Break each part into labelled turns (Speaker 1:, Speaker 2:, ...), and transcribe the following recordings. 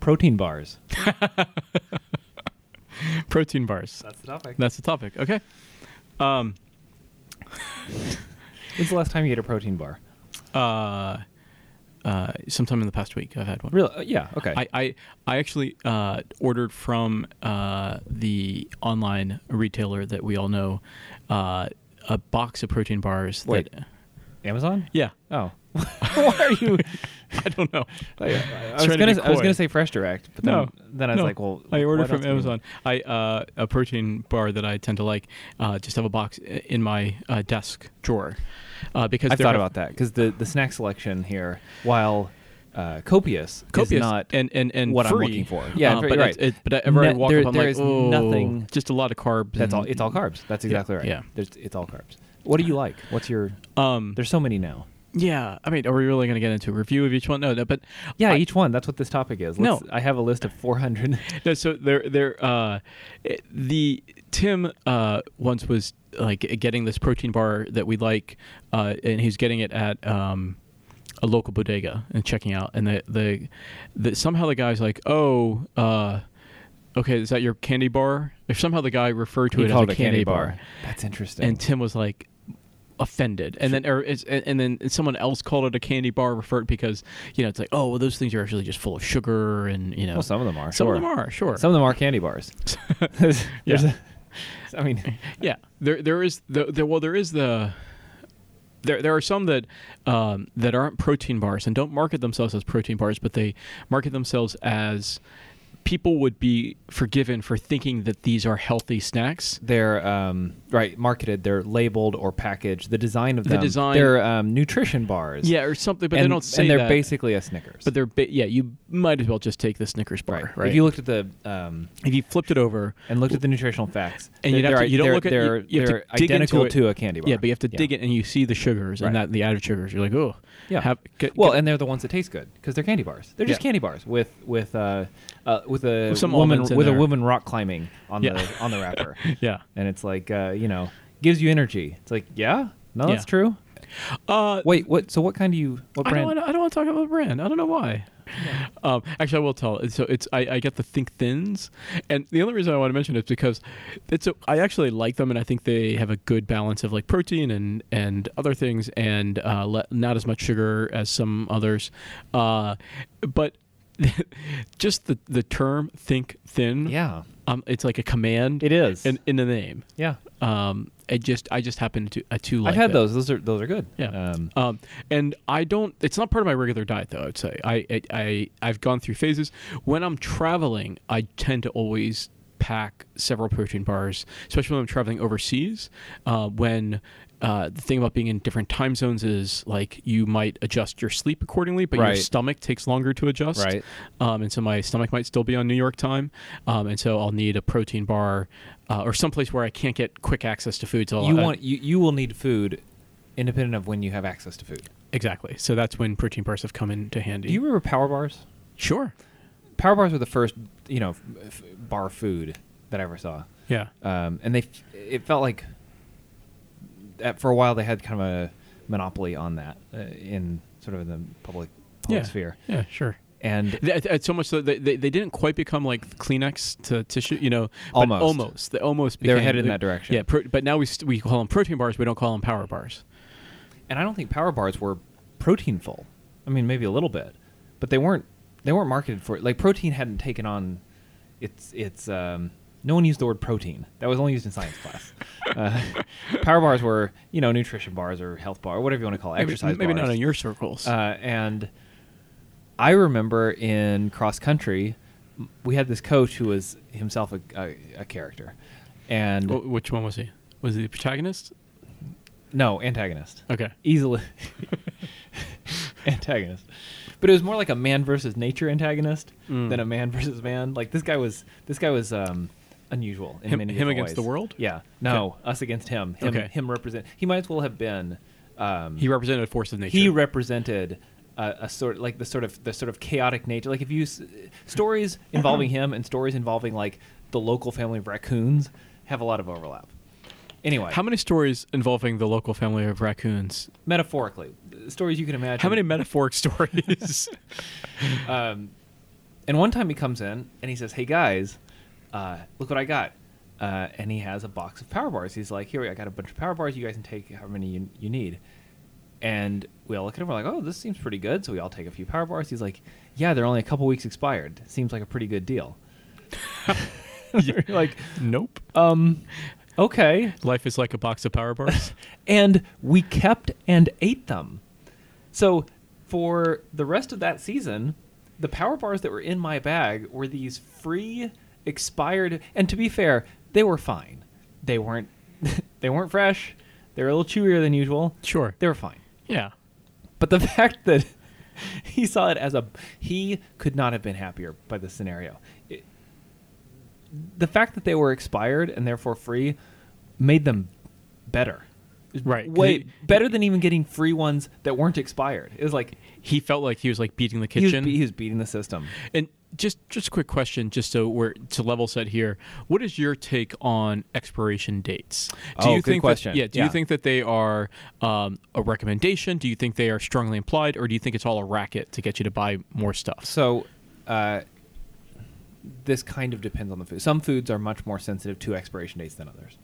Speaker 1: Protein bars.
Speaker 2: Protein bars.
Speaker 1: That's the topic.
Speaker 2: That's the topic. Okay. Um,
Speaker 1: When's the last time you ate a protein bar?
Speaker 2: uh, uh, sometime in the past week, I've had one.
Speaker 1: Really? Uh, yeah. Okay.
Speaker 2: I, I, I actually uh, ordered from uh, the online retailer that we all know uh, a box of protein bars.
Speaker 1: Wait.
Speaker 2: That,
Speaker 1: Amazon?
Speaker 2: yeah.
Speaker 1: Oh. Why are you?
Speaker 2: I don't know.
Speaker 1: I, I- I
Speaker 2: Trying
Speaker 1: was
Speaker 2: to
Speaker 1: gonna.
Speaker 2: be
Speaker 1: I was
Speaker 2: coy.
Speaker 1: gonna say Fresh Direct, but then, then I was
Speaker 2: no.
Speaker 1: like, well,
Speaker 2: I
Speaker 1: why
Speaker 2: ordered
Speaker 1: not
Speaker 2: from
Speaker 1: something-
Speaker 2: Amazon. I uh, a protein bar that I tend to like. Uh, just have a box i- in my uh, desk drawer uh, because
Speaker 1: I've
Speaker 2: there
Speaker 1: thought
Speaker 2: have-
Speaker 1: about that because the the snack selection here, while uh, copious,
Speaker 2: copious
Speaker 1: is not
Speaker 2: and and and
Speaker 1: what I'm
Speaker 2: free.
Speaker 1: looking for. Yeah,
Speaker 2: Uh,
Speaker 1: fr-
Speaker 2: but
Speaker 1: right.
Speaker 2: it's- It, but everywhere I
Speaker 1: Ne-
Speaker 2: walk
Speaker 1: there-
Speaker 2: up, I'm
Speaker 1: there
Speaker 2: like,
Speaker 1: is
Speaker 2: oh,
Speaker 1: nothing-
Speaker 2: Just a lot of carbs.
Speaker 1: That's all.
Speaker 2: and-
Speaker 1: It's all carbs. That's exactly right.
Speaker 2: Mm-hmm. yeah.
Speaker 1: There's, it's all carbs. What do you like? What's your?
Speaker 2: Um,
Speaker 1: There's so many now.
Speaker 2: yeah, I mean, are we really going to get into a review of each one? No, no but
Speaker 1: Yeah,
Speaker 2: I-
Speaker 1: each one. That's what this topic is.
Speaker 2: No.
Speaker 1: Let's- I have a list of 400.
Speaker 2: No, so there, there. Uh, it- the Tim uh, once was like getting this protein bar that we like, uh, and he's getting it at um, a local bodega and checking out, and the the, the somehow the guy's like, oh. Uh, Okay, is that your candy bar? If somehow the guy referred to
Speaker 1: He
Speaker 2: it as a
Speaker 1: called
Speaker 2: candy,
Speaker 1: it a candy
Speaker 2: bar,
Speaker 1: bar. That's interesting.
Speaker 2: and Tim was like offended, and then or it's, and and then someone else called it a candy bar, referred because you know it's like oh well those things are actually just full of sugar and you know
Speaker 1: Well, some of them are.
Speaker 2: some
Speaker 1: sure.
Speaker 2: of them are sure
Speaker 1: Some of them are candy bars. There's- there's
Speaker 2: Yeah.
Speaker 1: a- I mean,
Speaker 2: yeah there there is the, the well there is the there, there are some that um, that aren't protein bars and don't market themselves as protein bars, but they market themselves as people would be forgiven for thinking that these are healthy snacks.
Speaker 1: they're um, right marketed. They're labeled or packaged. The design of
Speaker 2: The
Speaker 1: them.
Speaker 2: design-
Speaker 1: They're um, nutrition bars.
Speaker 2: Yeah, or something, but
Speaker 1: and,
Speaker 2: they don't say
Speaker 1: And they're
Speaker 2: that.
Speaker 1: basically a Snickers.
Speaker 2: but they're ba- yeah, you might as well just take the Snickers bar,
Speaker 1: right.
Speaker 2: right?
Speaker 1: If you looked at the um,
Speaker 2: if you flipped it over
Speaker 1: and looked at the nutritional facts,
Speaker 2: and you'd
Speaker 1: they're,
Speaker 2: have to, you don't
Speaker 1: they're-
Speaker 2: look at
Speaker 1: they're,
Speaker 2: you, you have
Speaker 1: they're
Speaker 2: to dig
Speaker 1: identical
Speaker 2: into it.
Speaker 1: to a candy bar.
Speaker 2: Yeah, but you have to dig it and you see the sugars and
Speaker 1: Right.
Speaker 2: that the added sugars. You're like, oh,
Speaker 1: Yeah.
Speaker 2: Have, get,
Speaker 1: well,
Speaker 2: get-
Speaker 1: and they're the ones that taste good because they're candy bars. They're just
Speaker 2: Yeah.
Speaker 1: candy bars with with uh, uh with a
Speaker 2: With some
Speaker 1: woman
Speaker 2: almonds in
Speaker 1: with a
Speaker 2: there.
Speaker 1: woman rock climbing on
Speaker 2: Yeah.
Speaker 1: the on the wrapper.
Speaker 2: yeah.
Speaker 1: and it's like uh, you know gives you energy. It's like yeah, no,
Speaker 2: Yeah.
Speaker 1: that's true.
Speaker 2: Uh,
Speaker 1: Wait, what? So what kind do you? What
Speaker 2: I
Speaker 1: brand?
Speaker 2: don't, wanna- I don't want to talk about brand. I don't know why. Um, actually, I will tell. It's- So it's I, I get the Think Thins, and the only reason I want to mention it is because it's a, I actually like them, and I think they have a good balance of like protein and and other things, and uh, le- not as much sugar as some others. Uh, but just the the term Think Thin,
Speaker 1: Yeah,
Speaker 2: um, it's like a command.
Speaker 1: it is.
Speaker 2: in, in the name.
Speaker 1: yeah,
Speaker 2: Um, it just I just happen to I too like
Speaker 1: I've had
Speaker 2: it.
Speaker 1: those. Those are those are good.
Speaker 2: Yeah.
Speaker 1: Um,
Speaker 2: Um, and I don't. It's not part of my regular diet, though. I'd say I, I, I I've gone through phases. When I'm traveling, I tend to always pack several protein bars, especially when I'm traveling overseas. Uh, when uh, the thing about being in different time zones is like you might adjust your sleep accordingly, but your
Speaker 1: Right.
Speaker 2: stomach takes longer to adjust.
Speaker 1: Right.
Speaker 2: Um, and so my stomach might still be on New York time, um, and so I'll need a protein bar uh, or someplace where I can't get quick access to food. So I'll-
Speaker 1: you
Speaker 2: I-
Speaker 1: want you you will need food, independent of when you have access to food.
Speaker 2: Exactly. So that's when protein bars have come into handy.
Speaker 1: Do you remember power bars?
Speaker 2: sure.
Speaker 1: Power bars were the first you know f- f- bar food that I ever saw.
Speaker 2: Yeah.
Speaker 1: um, and they f- it felt like at, for a while they had kind of a monopoly on that uh, in sort of in the public, public
Speaker 2: yeah.
Speaker 1: sphere
Speaker 2: Yeah, sure.
Speaker 1: and
Speaker 2: Th- th- so much so that they, they didn't quite become like Kleenex to tissue, you know, but
Speaker 1: Almost.
Speaker 2: almost. They almost
Speaker 1: They were
Speaker 2: became,
Speaker 1: headed in that direction.
Speaker 2: Yeah, pro- but now we st- we call them protein bars. We don't call them power bars.
Speaker 1: and I don't think power bars were protein full I mean maybe a little bit but they weren't they weren't marketed for it like protein hadn't taken on its its um, no one used the word protein that was only used in science class uh, power bars were you know nutrition bars or health bar whatever you want to call it
Speaker 2: Maybe-
Speaker 1: exercise
Speaker 2: Maybe
Speaker 1: bars.
Speaker 2: not in your circles.
Speaker 1: Uh, and I remember in cross country, m- we had this coach who was himself a, a, a character, and
Speaker 2: Wh- which one was he? Was he the protagonist?
Speaker 1: no antagonist,
Speaker 2: Okay.
Speaker 1: easily antagonist. But it was more like a man versus nature antagonist
Speaker 2: Mm.
Speaker 1: than a man versus man. Like this guy was this guy was um, unusual in
Speaker 2: Him-
Speaker 1: many
Speaker 2: him
Speaker 1: different
Speaker 2: against
Speaker 1: ways.
Speaker 2: the world?
Speaker 1: Yeah, no, us against him. Him,
Speaker 2: Okay.
Speaker 1: him represent. He might as well have been. Um,
Speaker 2: He represented a force of nature.
Speaker 1: he represented a, a sort like the sort of the sort of chaotic nature. Like if you s- stories involving him and stories involving like the local family of raccoons have a lot of overlap. Anyway,
Speaker 2: How many stories involving the local family of raccoons?
Speaker 1: metaphorically, stories you can imagine.
Speaker 2: How many metaphoric stories?
Speaker 1: Um, And one time he comes in and he says, "Hey guys, uh, look what I got." Uh, and he has a box of power bars. He's like, "Here, I got a bunch of power bars. You guys can take however many you, you need." And we all look at him. We're like, "Oh, this seems pretty good." So we all take a few power bars. He's like, "Yeah, they're only a couple weeks expired. Seems like a pretty good deal." You're like,
Speaker 2: Nope.
Speaker 1: um, okay.
Speaker 2: Life is like a box of power bars.
Speaker 1: And we kept and ate them. So for the rest of that season, the power bars that were in my bag were these free expired and to be fair, they were fine. They weren't they weren't fresh. They were a little chewier than usual.
Speaker 2: sure.
Speaker 1: They were fine.
Speaker 2: Yeah.
Speaker 1: But the fact that he saw it as a he could not have been happier by this scenario. It- the fact that they were expired and therefore free made them better.
Speaker 2: Right. 'Cause
Speaker 1: Way
Speaker 2: he-
Speaker 1: better than even getting free ones that weren't expired. It was like
Speaker 2: He felt like he was like beating the
Speaker 1: he was,
Speaker 2: kitchen.
Speaker 1: be- he was beating the system.
Speaker 2: and just just a quick question, just so we're to level set here. What is your take on expiration dates? Do
Speaker 1: Oh,
Speaker 2: you
Speaker 1: good
Speaker 2: think
Speaker 1: question.
Speaker 2: That, yeah. Do
Speaker 1: Yeah.
Speaker 2: you think that they are um, a recommendation? Do you think they are strongly implied, or do you think it's all a racket to get you to buy more stuff?
Speaker 1: So, uh, this kind of depends on the food. Some foods are much more sensitive to expiration dates than others.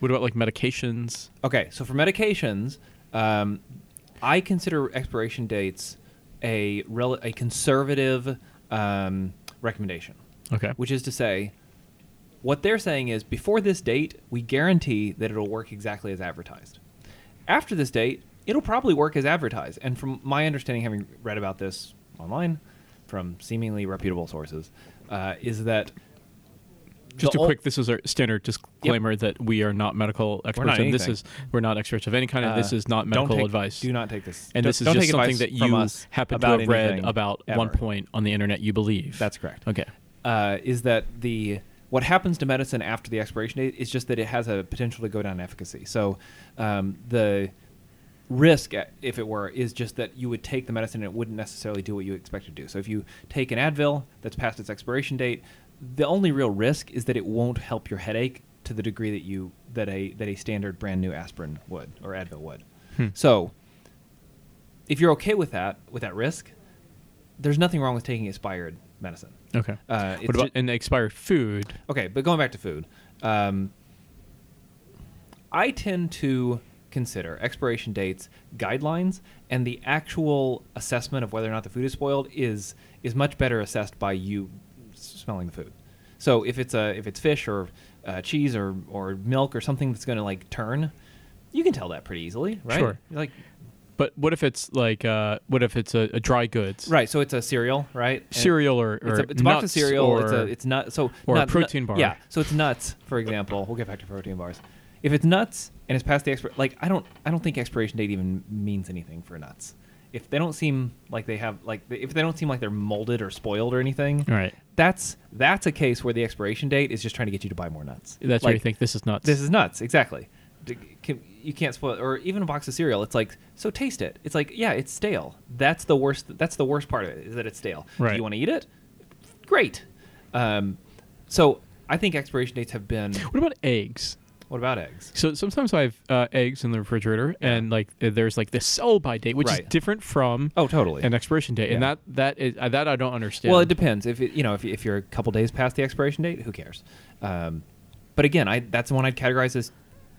Speaker 2: What about like medications?
Speaker 1: Okay, so for medications, um, I consider expiration dates a rel- a conservative um, recommendation,
Speaker 2: Okay.
Speaker 1: which is to say, what they're saying is before this date, we guarantee that it'll work exactly as advertised. After this date, it'll probably work as advertised. And from my understanding, having read about this online from seemingly reputable sources, uh, is that
Speaker 2: just
Speaker 1: the
Speaker 2: a
Speaker 1: ol-
Speaker 2: quick this is our standard disclaimer that we are not medical experts
Speaker 1: not
Speaker 2: and this
Speaker 1: anything.
Speaker 2: is we're not experts of any kind of
Speaker 1: uh,
Speaker 2: this is not
Speaker 1: don't
Speaker 2: medical
Speaker 1: take-
Speaker 2: advice
Speaker 1: Do not take this.
Speaker 2: and
Speaker 1: don't-
Speaker 2: this is
Speaker 1: don't
Speaker 2: just
Speaker 1: take
Speaker 2: something
Speaker 1: advice
Speaker 2: that
Speaker 1: from
Speaker 2: you
Speaker 1: us
Speaker 2: happen to
Speaker 1: about
Speaker 2: have read
Speaker 1: anything
Speaker 2: about
Speaker 1: ever.
Speaker 2: one point on the internet you believe
Speaker 1: That's correct.
Speaker 2: okay
Speaker 1: uh, is that the what happens to medicine after the expiration date is just that it has a potential to go down in efficacy. So um, the risk, uh, if it were, is just that you would take the medicine and it wouldn't necessarily do what you expect it to do. So if you take an Advil that's past its expiration date, the only real risk is that it won't help your headache to the degree that you that a that a standard brand new aspirin would or Advil would.
Speaker 2: Hmm.
Speaker 1: So if you're okay with that with that risk, there's nothing wrong with taking expired medicine.
Speaker 2: okay
Speaker 1: Uh, it's
Speaker 2: what about
Speaker 1: ju-
Speaker 2: an expired food
Speaker 1: Okay, but going back to food, um, I tend to consider expiration dates, guidelines, and the actual assessment of whether or not the food is spoiled is is much better assessed by you smelling the food. So if it's a if it's fish or uh, cheese or or milk or something that's going to like turn, you can tell that pretty easily, right?
Speaker 2: Sure.
Speaker 1: You're Like
Speaker 2: but what if it's like uh what if it's a, a dry goods
Speaker 1: right, so it's a cereal, right? And-
Speaker 2: cereal or, or
Speaker 1: it's a, it's a box of
Speaker 2: nuts
Speaker 1: cereal.
Speaker 2: or,
Speaker 1: it's a it's nut. So
Speaker 2: or a
Speaker 1: nut-
Speaker 2: protein bar.
Speaker 1: Yeah. So it's nuts, for example. We'll get back to protein bars. If it's nuts and it's past the expir like I don't I don't think expiration date even means anything for nuts. If they don't seem like they have like if they don't seem like they're molded or spoiled or anything,
Speaker 2: all right
Speaker 1: that's that's a case where the expiration date is just trying to get you to buy more nuts.
Speaker 2: that's where you
Speaker 1: Like,
Speaker 2: think this is nuts
Speaker 1: this is nuts. Exactly. D- can- You can't spoil, or even a box of cereal. It's like, so taste it. It's like, yeah, it's stale. That's the worst. That's the worst part of it is that it's stale. Do
Speaker 2: Right.
Speaker 1: you want to eat it? Great. Um, so I think expiration dates have been.
Speaker 2: what about eggs
Speaker 1: What about eggs?
Speaker 2: So sometimes I have uh, eggs in the refrigerator, and like uh, there's like the sell by date, which
Speaker 1: Right.
Speaker 2: is different from
Speaker 1: Oh, totally.
Speaker 2: an expiration date, and
Speaker 1: Yeah.
Speaker 2: that that is, uh, that I don't understand.
Speaker 1: Well, it depends. If it, you know, if, if you're a couple days past the expiration date, who cares? Um, but again, I that's the one I'd categorize as.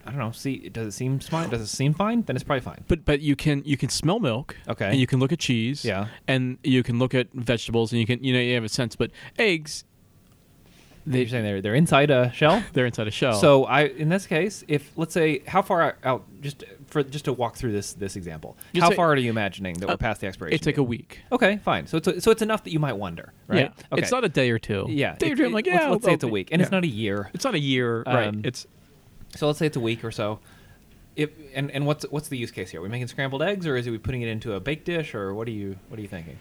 Speaker 1: I don't know. See, does it seem fine? Does it seem fine? Then it's probably fine.
Speaker 2: But but you can you can smell milk,
Speaker 1: Okay.
Speaker 2: and you can look at cheese,
Speaker 1: Yeah.
Speaker 2: and you can look at vegetables, and you can you know you have a sense, but eggs
Speaker 1: They're saying they're they're inside a shell.
Speaker 2: they're inside a shell.
Speaker 1: So I, in this case, if let's say, how far out? Just for just to walk through this this example,
Speaker 2: Just
Speaker 1: how
Speaker 2: say-
Speaker 1: far are you imagining that we're
Speaker 2: Uh,
Speaker 1: past the expiration?
Speaker 2: it's like
Speaker 1: date?
Speaker 2: a week.
Speaker 1: Okay, fine. So it's a, so it's enough that you might wonder, right?
Speaker 2: Yeah,
Speaker 1: Okay.
Speaker 2: it's not a day or two.
Speaker 1: yeah.
Speaker 2: day or
Speaker 1: it-
Speaker 2: two. I'm
Speaker 1: it-
Speaker 2: like
Speaker 1: let's-
Speaker 2: yeah.
Speaker 1: Let's,
Speaker 2: I'll-
Speaker 1: say it's a
Speaker 2: I'll-
Speaker 1: week, and it's
Speaker 2: yeah.
Speaker 1: not a year.
Speaker 2: It's not a year, right?
Speaker 1: Um,
Speaker 2: It's
Speaker 1: So let's say it's a week or so. If and, and what's what's the use case here? Are we making scrambled eggs, or is it we putting it into a baked dish, or what are you what are you thinking?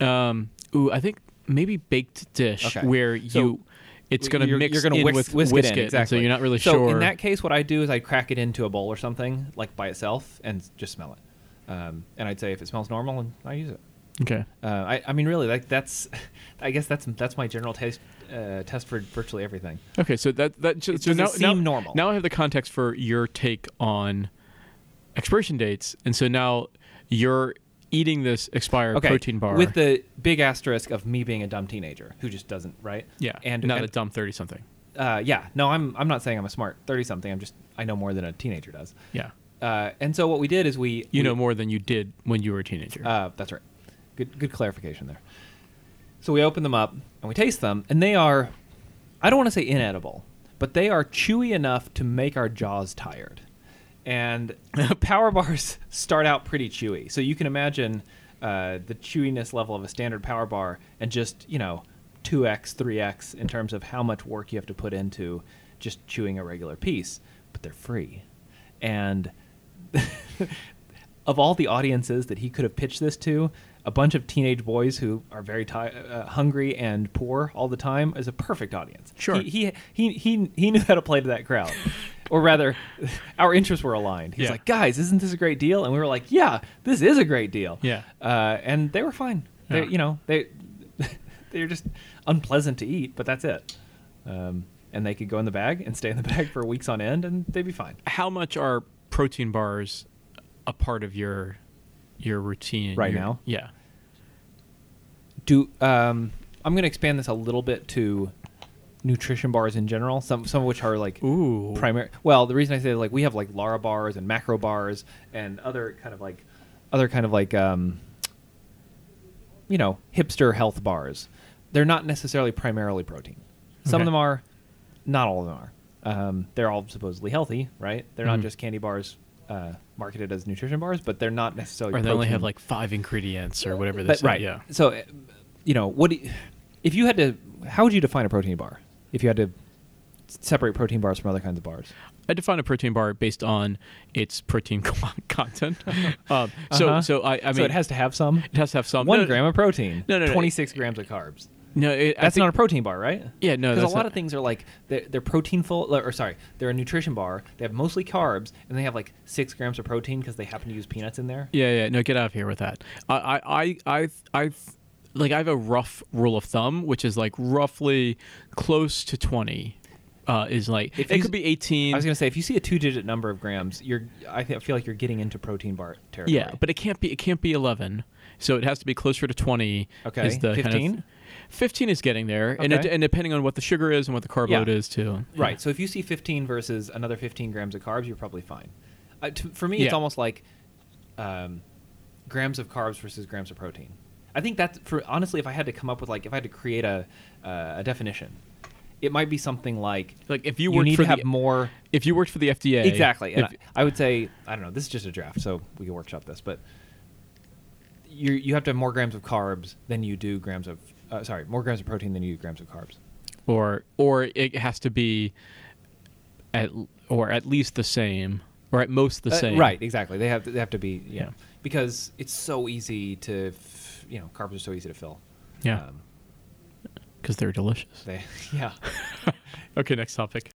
Speaker 2: um. Ooh, I think maybe baked dish
Speaker 1: Okay.
Speaker 2: where
Speaker 1: So
Speaker 2: you. It's going to
Speaker 1: You're-
Speaker 2: mix
Speaker 1: you're gonna
Speaker 2: in
Speaker 1: whisk,
Speaker 2: with
Speaker 1: whisk, it in,
Speaker 2: and
Speaker 1: exactly.
Speaker 2: so you're not really
Speaker 1: so
Speaker 2: sure.
Speaker 1: in that case, what I do is I crack it into a bowl or something, like by itself, and just smell it. Um, and I'd say if it smells normal, and I use it.
Speaker 2: Okay.
Speaker 1: Uh, I, I mean, really, like that's, I guess that's that's my general taste uh, test for virtually everything.
Speaker 2: Okay. So that that so,
Speaker 1: It
Speaker 2: so
Speaker 1: doesn't
Speaker 2: now, now-
Speaker 1: seem normal.
Speaker 2: Now I have the context for your take on expiration dates, and so now you're eating this Expire
Speaker 1: okay,
Speaker 2: protein bar
Speaker 1: with the big asterisk of me being a dumb teenager who just doesn't right.
Speaker 2: yeah,
Speaker 1: and
Speaker 2: not
Speaker 1: and,
Speaker 2: a dumb thirty something.
Speaker 1: uh, yeah, no, I'm I'm not saying I'm a smart thirty something. I'm just I know more than a teenager does.
Speaker 2: Yeah,
Speaker 1: Uh, and so what we did is we
Speaker 2: you
Speaker 1: we-
Speaker 2: know more than you did when you were a teenager.
Speaker 1: Uh, that's right. Good, good clarification there. So we open them up and we taste them, and they are, I don't want to say inedible, but they are chewy enough to make our jaws tired. And power bars start out pretty chewy, so you can imagine uh, the chewiness level of a standard power bar, and just you know, two x, three x in terms of how much work you have to put into just chewing a regular piece. But they're free, and of all the audiences that he could have pitched this to, a bunch of teenage boys who are very ti uh, hungry and poor all the time is a perfect audience.
Speaker 2: Sure.
Speaker 1: He he he he, he knew how to play to that crowd. Or rather, our interests were aligned. He's
Speaker 2: Yeah.
Speaker 1: like, guys, isn't this a great deal? And we were like, yeah, this is a great deal.
Speaker 2: Yeah.
Speaker 1: Uh, and they were fine. They,
Speaker 2: Yeah.
Speaker 1: you know, they they're just unpleasant to eat, but that's it. Um, and they could go in the bag and stay in the bag for weeks on end, and they'd be fine.
Speaker 2: How much are protein bars a part of your your routine
Speaker 1: Right
Speaker 2: your-
Speaker 1: now?
Speaker 2: Yeah,
Speaker 1: do um, I'm going to expand this a little bit to nutrition bars in general. Some some of which are like
Speaker 2: Ooh.
Speaker 1: primary. Well, the reason I say like we have like Lara bars and macro bars and other kind of like other kind of like um, you know hipster health bars. They're not necessarily primarily protein. Some of
Speaker 2: Okay.
Speaker 1: them are, not all of them are. Um, they're all supposedly healthy, right? They're not
Speaker 2: Mhm.
Speaker 1: just candy bars uh, marketed as nutrition bars, but they're not necessarily.
Speaker 2: or they only
Speaker 1: protein
Speaker 2: have like five ingredients or whatever. They
Speaker 1: but
Speaker 2: say.
Speaker 1: right.
Speaker 2: Yeah.
Speaker 1: So, uh, you know, what do you, if you had to? How would you define a protein bar? If you had to s- separate protein bars from other kinds of bars?
Speaker 2: I define a protein bar based on its protein co- content. um, so,
Speaker 1: Uh-huh.
Speaker 2: so I, I mean,
Speaker 1: so it has to have some.
Speaker 2: it has to have some
Speaker 1: one
Speaker 2: no,
Speaker 1: gram of protein.
Speaker 2: No, no, no.
Speaker 1: Twenty-six grams of carbs.
Speaker 2: No, it,
Speaker 1: That's not a protein bar, right?
Speaker 2: Yeah, no,
Speaker 1: Because
Speaker 2: that's
Speaker 1: a lot
Speaker 2: not-
Speaker 1: of things are like they're, they're protein full, or sorry, they're a nutrition bar. They have mostly carbs, and they have like six grams of protein because they happen to use peanuts in there.
Speaker 2: Yeah, yeah. No, get out of here with that. I, I, I, I, I like I have a rough rule of thumb, which is like roughly close to twenty. Uh, is like
Speaker 1: If
Speaker 2: it
Speaker 1: you-
Speaker 2: could be eighteen.
Speaker 1: I was gonna say if you see a two-digit number of grams, you're I th- feel like you're getting into protein bar territory.
Speaker 2: Yeah, but it can't be. It can't be eleven. So it has to be closer to twenty.
Speaker 1: Okay,
Speaker 2: is the kind of-
Speaker 1: 15?
Speaker 2: Fifteen is getting there, and, it,
Speaker 1: Okay.
Speaker 2: and depending on what the sugar is and what the carb
Speaker 1: Yeah.
Speaker 2: load is too.
Speaker 1: Right. So if you see 15 versus another 15 grams of carbs, you're probably fine. Uh, to, for me,
Speaker 2: Yeah.
Speaker 1: it's almost like um, grams of carbs versus grams of protein. I think that's for honestly, if I had to come up with like if I had to create a uh, a definition, it might be something like
Speaker 2: Like, if you worked
Speaker 1: need
Speaker 2: for
Speaker 1: to have
Speaker 2: the-
Speaker 1: more
Speaker 2: If you worked for the FDA,
Speaker 1: exactly. And
Speaker 2: if-
Speaker 1: I, I would say I don't know. This is just a draft, so we can workshop this, but. You, you have to have more grams of carbs than you do grams of uh, sorry more grams of protein than you do grams of carbs.
Speaker 2: or or it has to be at or at least the same or at most the
Speaker 1: Uh,
Speaker 2: same
Speaker 1: right, exactly. They have to, they have to be yeah.
Speaker 2: Yeah.
Speaker 1: Because it's so easy to, f- you know, carbs are so easy to fill.
Speaker 2: yeah
Speaker 1: Um,
Speaker 2: because they're delicious
Speaker 1: they, yeah.
Speaker 2: okay next topic